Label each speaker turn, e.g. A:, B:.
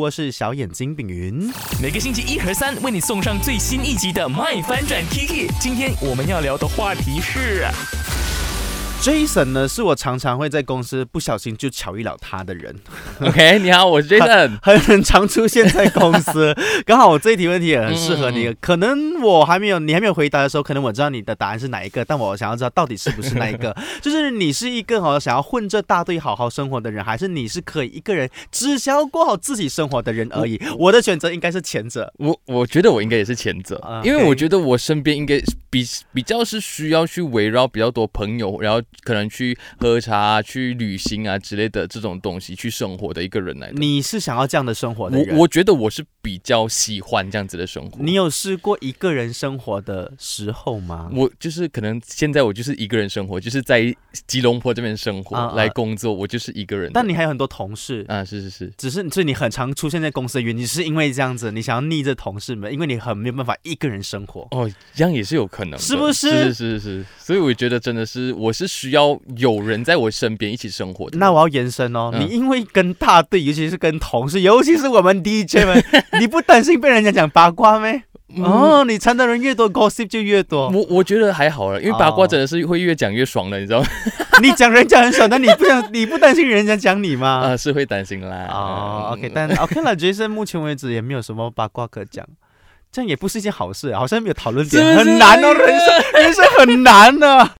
A: 我是小眼睛丙云，
B: 每个星期一和三为你送上最新一集的《麦翻转 Kiki》。今天我们要聊的话题是，
A: Jason 呢，是我常常会在公司不小心就巧遇了他的人，
C: OK，你好，我是 Jason。
A: 很很常出现在公司。刚好我这一题问题也很适合你，可能我还没有你还没有回答的时候，可能我知道你的答案是哪一个，但我想要知道到底是不是那一个。就是你是一个哦想要混这大队好好生活的人，还是你是可以一个人只想要过好自己生活的人而已？我的选择应该是前者。
C: 我我觉得我应该也是前者
A: 啊，
C: 因为
A: OK
C: 我觉得我身边应该是比比较是需要去围绕比较多朋友，然后可能去喝茶、啊、去旅行啊之类的这种东西去生活的一个人来的。
A: 你是想要这样的生活的人？
C: 我我觉得我是比较喜欢这样子的生活。
A: 你有试过一个人生活的时候吗？
C: 我就是可能现在我就是一个人生活，就是在吉隆坡这边生活、
A: 啊啊
C: 来工作，我就是一个人的。
A: 但你还有很多同事，
C: 啊，是是是，
A: 只是所以你很常出现在公司的原因是因为这样子，你想要逆着同事们，因为你很没有办法一个人生活。
C: 哦，这样也是有可能的，
A: 是不是
C: 是是是是，所以我觉得真的是，我是需要有人在我身边一起生活的。
A: 那我要延伸哦，
C: 嗯
A: 你因为跟大队，尤其是跟同事，尤其是我们 DJ 们， 你不担心被人家讲八卦咩？
C: 嗯，
A: 哦，你缠的人越多，gossip 就越多。
C: 我我觉得还好啊了，因为
A: 哦
C: 八卦真的是会越讲越爽的，你知道吗？
A: 你讲人家很爽，但你不想，你不担心人家讲你吗？
C: 啊，是会担心啦。
A: 哦，OK，
C: 嗯
A: 但 OK 了，Jason 目前为止也没有什么八卦可讲，啊这样也不是一件好事，好像没有讨论点，哦
C: 是不是
A: 很难哦，人生人生很难呢、